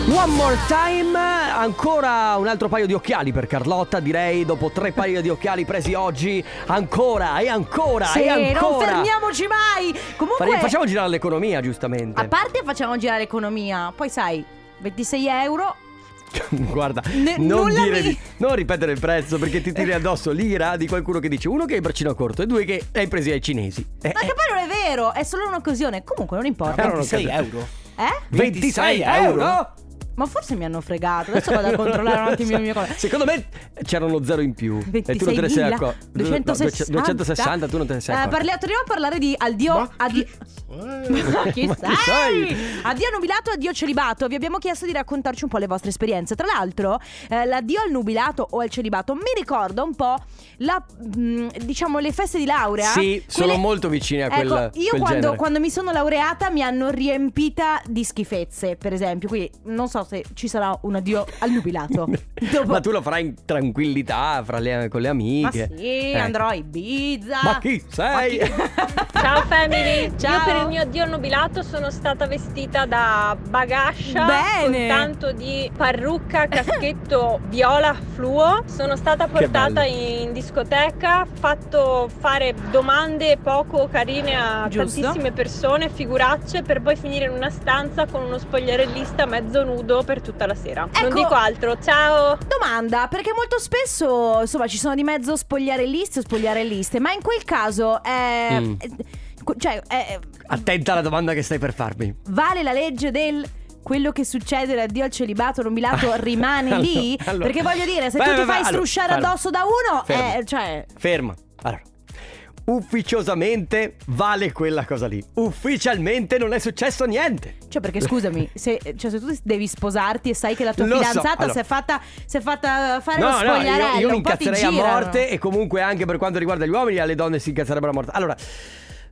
[SPEAKER 2] One more time, ancora un altro paio di occhiali per Carlotta, direi, dopo tre paio di occhiali presi oggi, ancora e ancora
[SPEAKER 1] Sì,
[SPEAKER 2] e
[SPEAKER 1] non
[SPEAKER 2] ancora.
[SPEAKER 1] fermiamoci mai. Comunque,
[SPEAKER 2] Fare- facciamo girare l'economia, giustamente.
[SPEAKER 1] a parte facciamo girare economia, poi sai, 26 euro.
[SPEAKER 2] <laughs> Guarda,
[SPEAKER 1] Ne-
[SPEAKER 2] non,
[SPEAKER 1] nulla
[SPEAKER 2] dire
[SPEAKER 1] mi-
[SPEAKER 2] di- non ripetere il prezzo perché ti tiri addosso l'ira di qualcuno che dice uno che hai il braccino corto e due che hai presi ai cinesi. Eh,
[SPEAKER 1] Ma
[SPEAKER 2] eh,
[SPEAKER 1] che poi non è vero, è solo un'occasione. Comunque, non importa.
[SPEAKER 2] però non
[SPEAKER 9] 26
[SPEAKER 2] capito.
[SPEAKER 9] euro.
[SPEAKER 1] Eh?
[SPEAKER 2] 26 euro?
[SPEAKER 1] Ma forse mi hanno fregato. Adesso vado a
[SPEAKER 2] Non
[SPEAKER 1] controllare un
[SPEAKER 2] lo
[SPEAKER 1] attimo
[SPEAKER 2] so.
[SPEAKER 1] il
[SPEAKER 2] <laughs>
[SPEAKER 1] mio colore.
[SPEAKER 2] Secondo me c'era uno zero in più. e tu non te ne sei accorto.
[SPEAKER 1] 260.
[SPEAKER 2] 260, tu non te ne sei
[SPEAKER 1] Eh,
[SPEAKER 2] accorto.
[SPEAKER 1] parliamo- torniamo a parlare di addio.
[SPEAKER 9] Ma
[SPEAKER 1] addio- Ma chi
[SPEAKER 2] Ma chi
[SPEAKER 1] sei?
[SPEAKER 2] sei?
[SPEAKER 1] Addio nubilato, addio celibato. Vi abbiamo chiesto di raccontarci un po' le vostre esperienze. Tra l'altro, eh, l'addio al nubilato o al celibato mi ricorda un po' la, mh, diciamo, le feste di laurea.
[SPEAKER 2] Sì, sono molto vicine a quel-
[SPEAKER 1] Ecco, io
[SPEAKER 2] quel
[SPEAKER 1] quando,
[SPEAKER 2] genere.
[SPEAKER 1] quando mi sono laureata mi hanno riempita di schifezze, per esempio. Quindi non so se ci sarà un addio al
[SPEAKER 2] <laughs>
[SPEAKER 1] nubilato. Dopo-
[SPEAKER 2] Ma tu lo farai in tranquillità fra le- con le
[SPEAKER 1] Ma
[SPEAKER 2] amiche.
[SPEAKER 1] sì,
[SPEAKER 2] Ecco.
[SPEAKER 1] andrò a Ibiza.
[SPEAKER 2] Ma chi sei?
[SPEAKER 8] Ciao family,
[SPEAKER 1] <laughs> Ciao.
[SPEAKER 8] io per il mio addio nubilato sono stata vestita da bagascia
[SPEAKER 1] Bene.
[SPEAKER 8] con tanto di
[SPEAKER 1] <laughs>
[SPEAKER 8] parrucca, caschetto viola fluo. Sono stata portata
[SPEAKER 2] bello.
[SPEAKER 8] in discoteca, fatto fare domande poco carine a
[SPEAKER 1] Giusto.
[SPEAKER 8] tantissime persone, figuracce, per poi finire in una stanza con uno spogliarellista mezzo nudo per tutta la sera. Non
[SPEAKER 1] Ecco.
[SPEAKER 8] dico altro, ciao!
[SPEAKER 1] Domanda, perché molto spesso insomma ci sono di mezzo spogliarellisti o spogliarelliste, ma in quel caso è...
[SPEAKER 2] Mm.
[SPEAKER 1] Cioè, è-
[SPEAKER 2] Attenta alla domanda che stai per farmi.
[SPEAKER 1] vale la legge del quello che succede l'addio al celibato
[SPEAKER 2] <laughs>
[SPEAKER 1] nominato rimane lì?
[SPEAKER 2] Allora, allora.
[SPEAKER 1] Perché voglio dire, se
[SPEAKER 2] Beh,
[SPEAKER 1] tu ti
[SPEAKER 2] beh, beh,
[SPEAKER 1] fai
[SPEAKER 2] allora,
[SPEAKER 1] strusciare
[SPEAKER 2] allora.
[SPEAKER 1] addosso da uno,
[SPEAKER 2] Fermo.
[SPEAKER 1] eh, cioè...
[SPEAKER 2] Ferma. Allora. Ufficiosamente vale quella cosa lì. Ufficialmente non è successo niente.
[SPEAKER 1] Cioè, perché
[SPEAKER 2] <laughs>
[SPEAKER 1] scusami, se, cioè, se tu devi sposarti e sai che la tua
[SPEAKER 2] Lo so,
[SPEAKER 1] fidanzata
[SPEAKER 2] allora.
[SPEAKER 1] si, è fatta, si è fatta fare lo
[SPEAKER 2] No, no,
[SPEAKER 1] spogliarello,
[SPEAKER 2] io, io mi
[SPEAKER 1] un po' ti
[SPEAKER 2] incazzerei a
[SPEAKER 1] girano.
[SPEAKER 2] morte e comunque anche per quanto riguarda gli uomini alle donne si incazzerebbero a morte. Allora,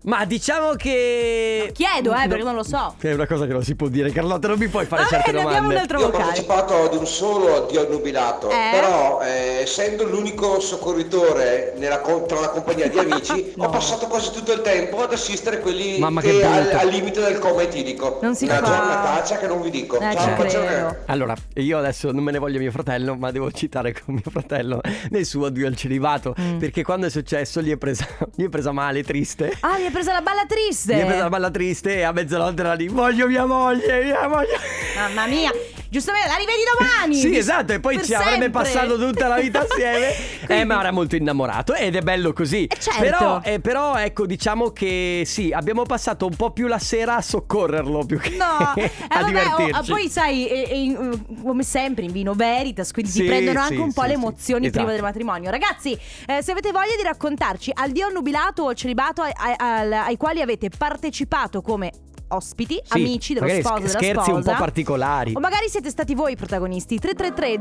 [SPEAKER 2] ma diciamo che...
[SPEAKER 1] Chiedo, eh, perché non lo so.
[SPEAKER 2] Che è una cosa che non si può dire, Carlotta, non mi puoi fare
[SPEAKER 1] Va
[SPEAKER 2] certe
[SPEAKER 1] bene, abbiamo un
[SPEAKER 2] domande.
[SPEAKER 1] altro
[SPEAKER 12] Io ho
[SPEAKER 1] vocale.
[SPEAKER 12] partecipato ad un solo addio al nubilato,
[SPEAKER 1] Eh?
[SPEAKER 12] però eh, essendo l'unico soccorritore nella co- tra la compagnia di amici,
[SPEAKER 1] No.
[SPEAKER 12] ho passato quasi tutto il tempo ad assistere quelli
[SPEAKER 2] Mamma,
[SPEAKER 12] che
[SPEAKER 2] che
[SPEAKER 12] al,
[SPEAKER 2] brutto.
[SPEAKER 12] al limite del coma etilico.
[SPEAKER 1] Non si
[SPEAKER 12] Una
[SPEAKER 1] fa.
[SPEAKER 12] giornataccia che non vi dico.
[SPEAKER 1] Eh,
[SPEAKER 12] Ciao,
[SPEAKER 1] ci
[SPEAKER 12] un bacione.
[SPEAKER 1] credo.
[SPEAKER 2] Allora, io adesso non me ne voglio mio fratello, ma devo citare con mio fratello nel suo addio al celibato,
[SPEAKER 1] Mm.
[SPEAKER 2] perché quando è successo gli è presa, <laughs> gli è presa male, triste.
[SPEAKER 1] Ah, mi hai presa la balla triste.
[SPEAKER 2] Mi ha preso la balla triste e a mezzanotte era lì. Voglio mia moglie, mia moglie.
[SPEAKER 1] Mamma mia. Giustamente, la rivedi domani.
[SPEAKER 2] Sì, esatto, e poi
[SPEAKER 1] Per
[SPEAKER 2] ci avrebbe
[SPEAKER 1] sempre.
[SPEAKER 2] passato tutta la
[SPEAKER 1] <laughs>
[SPEAKER 2] vita assieme. Eh, ma era molto innamorato ed è bello così.
[SPEAKER 1] certo.
[SPEAKER 2] Però, eh, però, ecco, diciamo che sì, abbiamo passato un po' più la sera a soccorrerlo più che
[SPEAKER 1] No, eh,
[SPEAKER 2] <laughs> a
[SPEAKER 1] vabbè, oh,
[SPEAKER 2] divertirci.
[SPEAKER 1] ah, poi sai, eh, eh, in- eh, come sempre in vino veritas, quindi
[SPEAKER 2] Sì,
[SPEAKER 1] si prendono
[SPEAKER 2] sì,
[SPEAKER 1] anche un po'
[SPEAKER 2] sì,
[SPEAKER 1] le
[SPEAKER 2] sì.
[SPEAKER 1] emozioni
[SPEAKER 2] Esatto.
[SPEAKER 1] prima del matrimonio. Ragazzi, eh, se avete voglia di raccontarci al dio nubilato o celibato ai, ai- al- ai quali avete partecipato come ospiti,
[SPEAKER 2] Sì,
[SPEAKER 1] amici dello
[SPEAKER 2] magari
[SPEAKER 1] sposo
[SPEAKER 2] sch-
[SPEAKER 1] della
[SPEAKER 2] scherzi un po'
[SPEAKER 1] sposa.
[SPEAKER 2] particolari.
[SPEAKER 1] O magari siete stati voi i protagonisti 333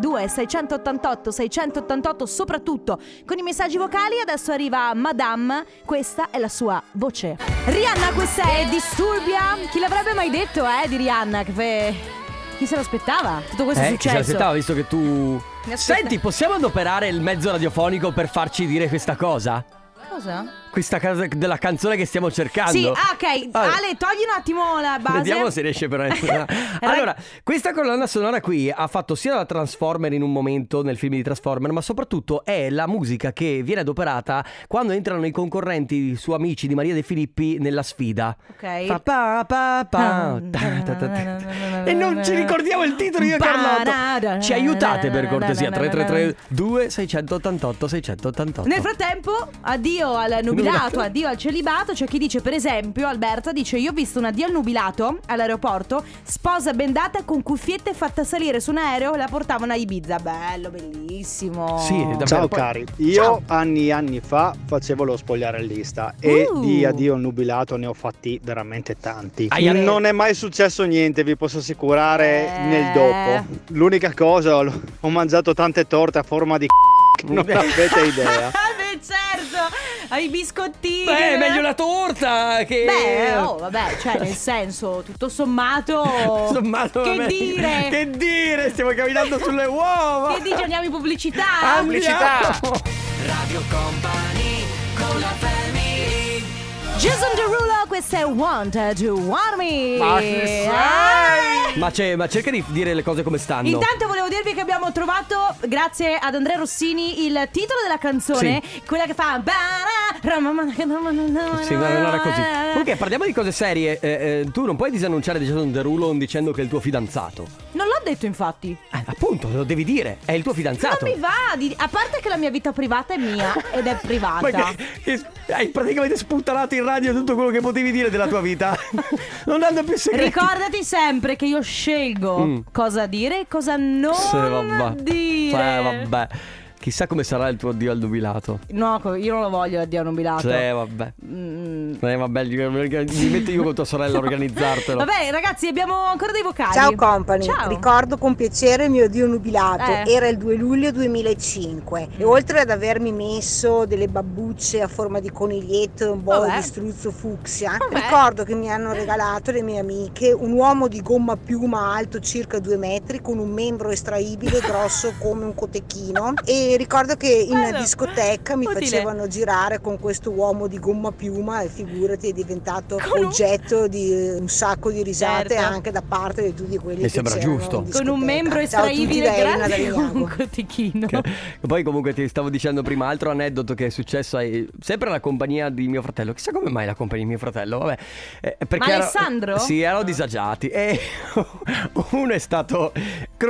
[SPEAKER 1] 2688 688 soprattutto con i messaggi vocali adesso arriva Madame questa è la sua voce Rihanna questa è Disturbia chi l'avrebbe mai detto eh di Rihanna che fe- chi se l'aspettava tutto questo
[SPEAKER 2] eh,
[SPEAKER 1] è
[SPEAKER 2] chi se
[SPEAKER 1] successo
[SPEAKER 2] l'aspettava, visto che tu.
[SPEAKER 1] Mi aspetta-
[SPEAKER 2] Senti, possiamo adoperare il mezzo radiofonico per farci dire questa cosa?
[SPEAKER 1] cosa?
[SPEAKER 2] Questa cosa della canzone che stiamo cercando.
[SPEAKER 1] sì ah, ok
[SPEAKER 2] Allora,
[SPEAKER 1] Ale togli un attimo la base
[SPEAKER 2] Vediamo se riesce
[SPEAKER 1] <laughs>
[SPEAKER 2] però. allora, questa colonna sonora qui ha fatto sia la Transformer in un momento nel film di Transformer, ma soprattutto è la musica che viene adoperata quando entrano i concorrenti su Amici di Maria De Filippi nella sfida.
[SPEAKER 1] ok
[SPEAKER 2] Fa pa pa pa, ta ta ta ta. E non ci ricordiamo il titolo io e Carlotta. Ci aiutate per cortesia 333 2688 688.
[SPEAKER 1] Nel frattempo, addio al nubilato,
[SPEAKER 2] Nubilato.
[SPEAKER 1] addio al celibato. C'è chi dice, per esempio, Alberta dice: Io ho visto un addio al nubilato all'aeroporto, sposa bendata con cuffiette fatta salire su un aereo e la portavano a Ibiza. Bello, bellissimo.
[SPEAKER 2] Sì, davvero.
[SPEAKER 9] Ciao
[SPEAKER 2] Poi-
[SPEAKER 9] cari, io anni e anni fa facevo lo spogliarellista e
[SPEAKER 1] Uh.
[SPEAKER 9] di addio al nubilato ne ho fatti veramente tanti.
[SPEAKER 2] Aia.
[SPEAKER 9] Non è mai successo niente, vi posso assicurare,
[SPEAKER 1] Eh.
[SPEAKER 9] nel dopo. L'unica cosa, l- ho mangiato tante torte a forma di <laughs> c***o, che non avete idea.
[SPEAKER 1] Ah, beh, certo, ai biscottini.
[SPEAKER 2] Beh, meglio la torta che
[SPEAKER 1] Beh, oh, vabbè, cioè, nel senso, tutto sommato.
[SPEAKER 2] Sommato,
[SPEAKER 1] che
[SPEAKER 2] vabbè.
[SPEAKER 1] dire?
[SPEAKER 2] Che dire? Stiamo camminando sulle uova.
[SPEAKER 1] Che dici? Andiamo in pubblicità.
[SPEAKER 2] Andiamo.
[SPEAKER 3] Radio Company con la family
[SPEAKER 1] Jason Derulo, questo è Want to Warm Me.
[SPEAKER 2] Ma chi sei?
[SPEAKER 1] Eh.
[SPEAKER 2] Ma, c'è- ma cerca di dire le cose come stanno.
[SPEAKER 1] Intanto volevo dirvi che abbiamo trovato, grazie ad Andrea Rossini, il titolo della canzone, quella che fa.
[SPEAKER 2] Sì, guarda, allora
[SPEAKER 1] eh,
[SPEAKER 2] così. Comunque, parliamo di cose serie. Eh, eh, tu non puoi disannunciare Jason Derulo dicendo che è il tuo fidanzato.
[SPEAKER 1] Non l'ho detto, infatti.
[SPEAKER 2] Eh, appunto, lo devi dire. È il tuo fidanzato.
[SPEAKER 1] Non mi va, di- a parte che la mia vita privata è mia ed è privata.
[SPEAKER 2] <laughs> Ma che- che- hai praticamente sputtanato in radio tutto quello che potevi dire della
[SPEAKER 1] <laughs>
[SPEAKER 2] tua vita. non hanno più segreti.
[SPEAKER 1] Ricordati sempre che io scelgo
[SPEAKER 2] Mm.
[SPEAKER 1] cosa dire e cosa non
[SPEAKER 2] Sì, vabbè.
[SPEAKER 1] dire.
[SPEAKER 2] Eh, vabbè. Chissà come sarà il tuo addio al nubilato.
[SPEAKER 1] No, co- io non lo voglio l'addio nubilato.
[SPEAKER 2] Eh, vabbè.
[SPEAKER 1] Mm.
[SPEAKER 2] Eh, vabbè, gli- mi metto io con tua sorella a organizzartelo.
[SPEAKER 1] Vabbè, ragazzi, abbiamo ancora dei vocali.
[SPEAKER 13] Ciao company,
[SPEAKER 1] Ciao.
[SPEAKER 13] ricordo con piacere il mio dio nubilato,
[SPEAKER 1] Eh.
[SPEAKER 13] era il 2 luglio 2005
[SPEAKER 14] Mm.
[SPEAKER 13] e oltre ad avermi messo delle babbucce a forma di coniglietto e un po'
[SPEAKER 14] Vabbè.
[SPEAKER 13] di struzzo fucsia,
[SPEAKER 14] Vabbè.
[SPEAKER 13] ricordo che mi hanno regalato le mie amiche un uomo di gomma piuma alto circa 2 metri con un membro
[SPEAKER 14] <laughs>
[SPEAKER 13] estraibile grosso come un cotechino e ricordo che in
[SPEAKER 14] Bello.
[SPEAKER 13] discoteca mi
[SPEAKER 14] Utile.
[SPEAKER 13] facevano girare con questo uomo di gomma piuma e figurati è diventato oggetto di eh, un sacco di risate
[SPEAKER 1] Certo.
[SPEAKER 13] anche da parte di tutti quelli
[SPEAKER 2] Mi
[SPEAKER 13] che
[SPEAKER 2] sembra
[SPEAKER 13] c'erano
[SPEAKER 2] giusto.
[SPEAKER 13] in
[SPEAKER 1] Con un
[SPEAKER 13] discoteca.
[SPEAKER 1] membro
[SPEAKER 13] Ciao a tutti
[SPEAKER 1] estraibile
[SPEAKER 13] da Elena
[SPEAKER 1] grazie
[SPEAKER 13] Damiano.
[SPEAKER 1] un cotechino.
[SPEAKER 2] E <laughs> Poi comunque ti stavo dicendo prima altro aneddoto che è successo ai- sempre alla compagnia di mio fratello. Chissà come mai la compagnia di mio fratello, vabbè. Eh, perché
[SPEAKER 1] Ma
[SPEAKER 2] ero-
[SPEAKER 1] Alessandro?
[SPEAKER 2] Sì, erano disagiati e <laughs> uno è stato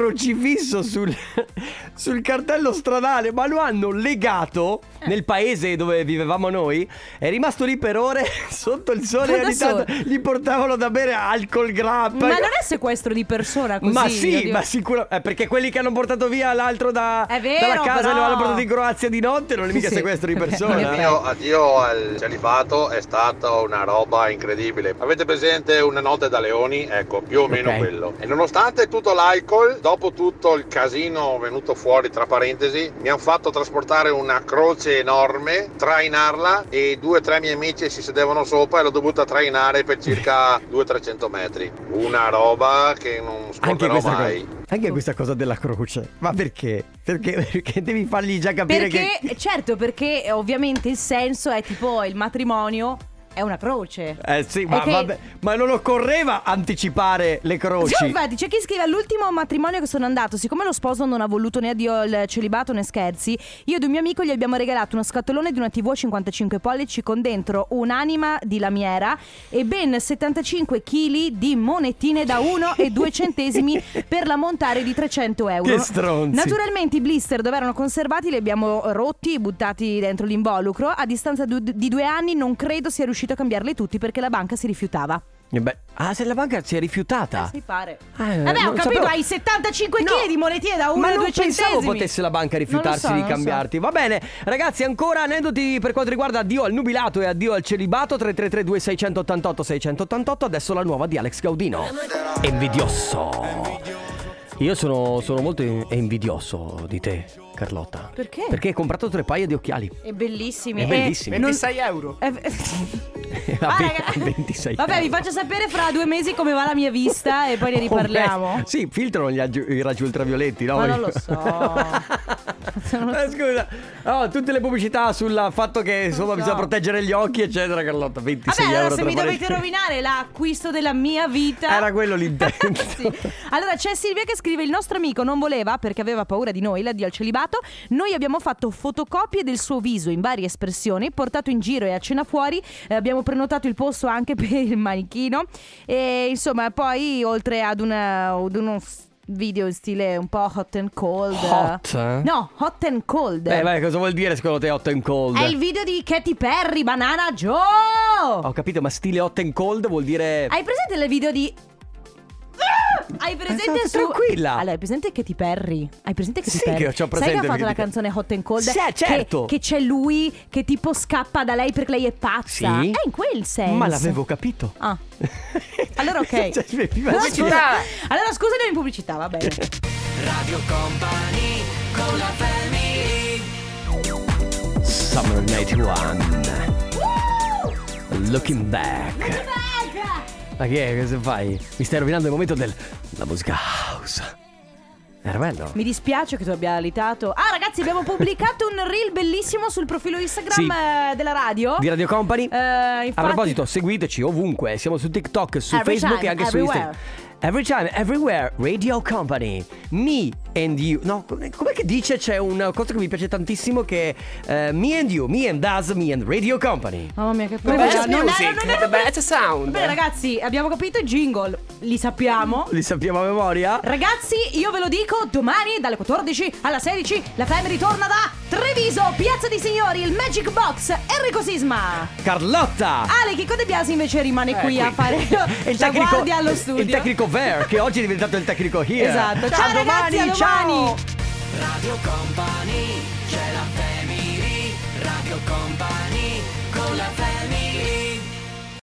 [SPEAKER 2] crocifisso sul, <laughs> sul cartello stradale, ma lo hanno legato
[SPEAKER 1] Eh.
[SPEAKER 2] nel paese dove vivevamo noi. È rimasto lì per ore <laughs> sotto il sole e
[SPEAKER 1] Ma
[SPEAKER 2] ogni
[SPEAKER 1] da
[SPEAKER 2] tanto gli portavano da bere alcol grappa.
[SPEAKER 1] Ma non è sequestro di persona così.
[SPEAKER 2] Ma
[SPEAKER 1] io
[SPEAKER 2] sì,
[SPEAKER 1] dico-
[SPEAKER 2] ma sicuramente. perché quelli che hanno portato via l'altro da,
[SPEAKER 1] È vero,
[SPEAKER 2] dalla casa e
[SPEAKER 1] però.
[SPEAKER 2] lo hanno portato in Croazia di notte, non è mica
[SPEAKER 1] Sì,
[SPEAKER 2] sequestro di
[SPEAKER 1] <laughs> è vero.
[SPEAKER 2] persona.
[SPEAKER 15] Il mio addio al celibato è stata una roba incredibile. Avete presente una notte da leoni? Ecco, più o meno
[SPEAKER 16] Ok.
[SPEAKER 15] quello. E nonostante tutto l'alcol, dopo tutto il casino venuto fuori, tra parentesi, mi hanno fatto trasportare una croce enorme, trainarla e due o tre miei amici si sedevano sopra e l'ho dovuta trainare per
[SPEAKER 2] <laughs>
[SPEAKER 15] circa 200-300 metri. Una roba che non
[SPEAKER 2] Anche
[SPEAKER 15] scorderò
[SPEAKER 2] questa,
[SPEAKER 15] mai.
[SPEAKER 2] cosa, anche questa cosa della croce. Ma perché? Perché, <laughs> perché devi fargli già capire
[SPEAKER 1] Perché, certo, perché eh, ovviamente il senso è tipo il matrimonio è una croce.
[SPEAKER 2] Eh sì, ma,
[SPEAKER 1] È che-
[SPEAKER 2] vabbè, ma non occorreva anticipare le
[SPEAKER 1] Sì,
[SPEAKER 2] croci.
[SPEAKER 1] infatti, c'è chi scrive all'ultimo matrimonio che sono andato, siccome lo sposo non ha voluto né addio il celibato né scherzi, io ed un mio amico gli abbiamo regalato uno scatolone di una TV a 55 pollici con dentro un'anima di lamiera e ben 75 kg di monetine da 1 e 2 centesimi per la montare di 300 euro.
[SPEAKER 2] Che stronzi.
[SPEAKER 1] Naturalmente i blister dove erano conservati li abbiamo rotti, buttati dentro l'involucro. A distanza du- di due anni non credo sia riuscito a cambiarli tutti perché la banca si rifiutava.
[SPEAKER 2] E beh, ah, se la banca si è rifiutata.
[SPEAKER 1] Mi pare.
[SPEAKER 2] Ah, eh,
[SPEAKER 1] Vabbè, ho
[SPEAKER 2] non
[SPEAKER 1] capito,
[SPEAKER 2] sapevo.
[SPEAKER 1] hai 75 kg di monetine da 1
[SPEAKER 2] Ma
[SPEAKER 1] e
[SPEAKER 2] non
[SPEAKER 1] 2
[SPEAKER 2] pensavo
[SPEAKER 1] centesimi.
[SPEAKER 2] potesse la banca
[SPEAKER 1] Non lo so,
[SPEAKER 2] rifiutarsi
[SPEAKER 1] non
[SPEAKER 2] di
[SPEAKER 1] lo
[SPEAKER 2] cambiarti. Va bene, ragazzi, ancora aneddoti per quanto riguarda addio al nubilato e addio al celibato 3332 688 688, adesso la nuova di Alex Gaudino. Invidioso. Io sono, sono molto in- invidioso di te, Carlotta.
[SPEAKER 1] Perché?
[SPEAKER 2] Perché hai comprato tre paia di occhiali. <laughs>
[SPEAKER 1] so. È bellissimi.
[SPEAKER 2] È bellissimi.
[SPEAKER 14] 26 euro.
[SPEAKER 1] Eh, <laughs>
[SPEAKER 2] A
[SPEAKER 1] Ah,
[SPEAKER 2] ve-
[SPEAKER 1] raga-
[SPEAKER 2] a 26
[SPEAKER 1] Vabbè,
[SPEAKER 2] euro.
[SPEAKER 1] vi faccio sapere fra due mesi come va la mia vista e poi ne riparliamo.
[SPEAKER 2] Come- Sì, filtrano gli aggi- i raggi ultravioletti, no?
[SPEAKER 1] Ma non lo so.
[SPEAKER 2] <laughs> Eh, Scusa, Oh, tutte le pubblicità sul fatto che insomma bisogna proteggere gli occhi, eccetera, Carlotta. 26
[SPEAKER 1] Vabbè, allora
[SPEAKER 2] euro
[SPEAKER 1] se
[SPEAKER 2] tra
[SPEAKER 1] mi dovete
[SPEAKER 2] parentesi.
[SPEAKER 1] rovinare l'acquisto della mia vita.
[SPEAKER 2] Era quello l'intento.
[SPEAKER 1] <laughs> Allora c'è Silvia che scrive: Il nostro amico non voleva perché aveva paura di noi, l'addio al celibato. Noi abbiamo fatto fotocopie del suo viso in varie espressioni, portato in giro e a cena fuori. Eh, abbiamo prenotato il posto anche <laughs> per il manichino. E insomma, poi oltre ad, una- ad uno s- video in stile un po' hot and cold.
[SPEAKER 2] Hot, eh?
[SPEAKER 1] No, hot and cold.
[SPEAKER 2] Beh, vai, Eh, cosa vuol dire secondo te hot and cold?
[SPEAKER 1] È il video di Katy Perry, Banana Joe.
[SPEAKER 2] Ho capito, ma stile hot and cold vuol dire.
[SPEAKER 1] Hai presente il video di. Ah! Hai presente
[SPEAKER 2] Esatto,
[SPEAKER 1] su...
[SPEAKER 2] tranquilla.
[SPEAKER 1] Allora, hai presente Katy Perry? Hai presente Katy
[SPEAKER 2] Sì
[SPEAKER 1] Perry?
[SPEAKER 2] che ho- c'ho presente
[SPEAKER 1] Sai che
[SPEAKER 2] il
[SPEAKER 1] ha fatto
[SPEAKER 2] video
[SPEAKER 1] la
[SPEAKER 2] di-
[SPEAKER 1] canzone Hot and Cold?
[SPEAKER 2] Sì,
[SPEAKER 1] Che-
[SPEAKER 2] certo.
[SPEAKER 1] Che, c'è lui che tipo scappa da lei perché lei è pazza.
[SPEAKER 2] Sì.
[SPEAKER 1] È in quel senso.
[SPEAKER 2] Ma l'avevo capito.
[SPEAKER 1] Ah. Allora ok.
[SPEAKER 2] <laughs> Cioè, mi- mi-
[SPEAKER 1] allora,
[SPEAKER 2] mi-
[SPEAKER 1] scusa, allora scusami in pubblicità, va
[SPEAKER 2] <laughs>
[SPEAKER 1] bene.
[SPEAKER 3] Radio Company con la family.
[SPEAKER 2] Summer 91. Looking back. Ma che è? Cosa fai? Mi stai rovinando il momento del. La musica house. Era bello.
[SPEAKER 1] Mi dispiace che tu abbia alitato. Ah, ragazzi, abbiamo pubblicato un reel bellissimo sul profilo Instagram
[SPEAKER 2] Sì.
[SPEAKER 1] eh, della radio.
[SPEAKER 2] Di Radio Company.
[SPEAKER 1] Eh,
[SPEAKER 2] A
[SPEAKER 1] infatti-
[SPEAKER 2] proposito, seguiteci ovunque. Siamo su TikTok, su
[SPEAKER 1] Every
[SPEAKER 2] Facebook
[SPEAKER 1] time,
[SPEAKER 2] e anche su
[SPEAKER 1] everywhere.
[SPEAKER 2] Instagram. Every time, everywhere, Radio Company. Me and you. No, com'è com'è che dice? C'è una cosa che mi piace tantissimo che è eh, Me and you, me and us, me and Radio Company.
[SPEAKER 1] Mamma mia, che
[SPEAKER 14] The
[SPEAKER 1] Vabbè,
[SPEAKER 14] best
[SPEAKER 1] non
[SPEAKER 14] music,
[SPEAKER 1] era- non era
[SPEAKER 14] the
[SPEAKER 1] per-
[SPEAKER 14] best sound.
[SPEAKER 1] Beh, ragazzi, abbiamo capito i jingle, li sappiamo.
[SPEAKER 2] Li sappiamo a memoria?
[SPEAKER 1] Ragazzi, io ve lo dico, domani dalle 14 alla 16 la Femme ritorna da Treviso, Piazza dei Signori, il Magic Box, Enrico Sisma.
[SPEAKER 2] Carlotta!
[SPEAKER 1] Ale Chicco De Biasi invece rimane
[SPEAKER 2] Eh,
[SPEAKER 1] qui, a
[SPEAKER 2] qui.
[SPEAKER 1] fare
[SPEAKER 2] E <laughs> il
[SPEAKER 1] la
[SPEAKER 2] tecnico-
[SPEAKER 1] guardia allo studio.
[SPEAKER 2] Il tecnico Ver, che oggi è diventato il tecnico Here.
[SPEAKER 1] Esatto. Ciao,
[SPEAKER 2] a
[SPEAKER 1] ragazzi,
[SPEAKER 2] domani,
[SPEAKER 1] a domani.
[SPEAKER 2] ciao!
[SPEAKER 3] Radio Company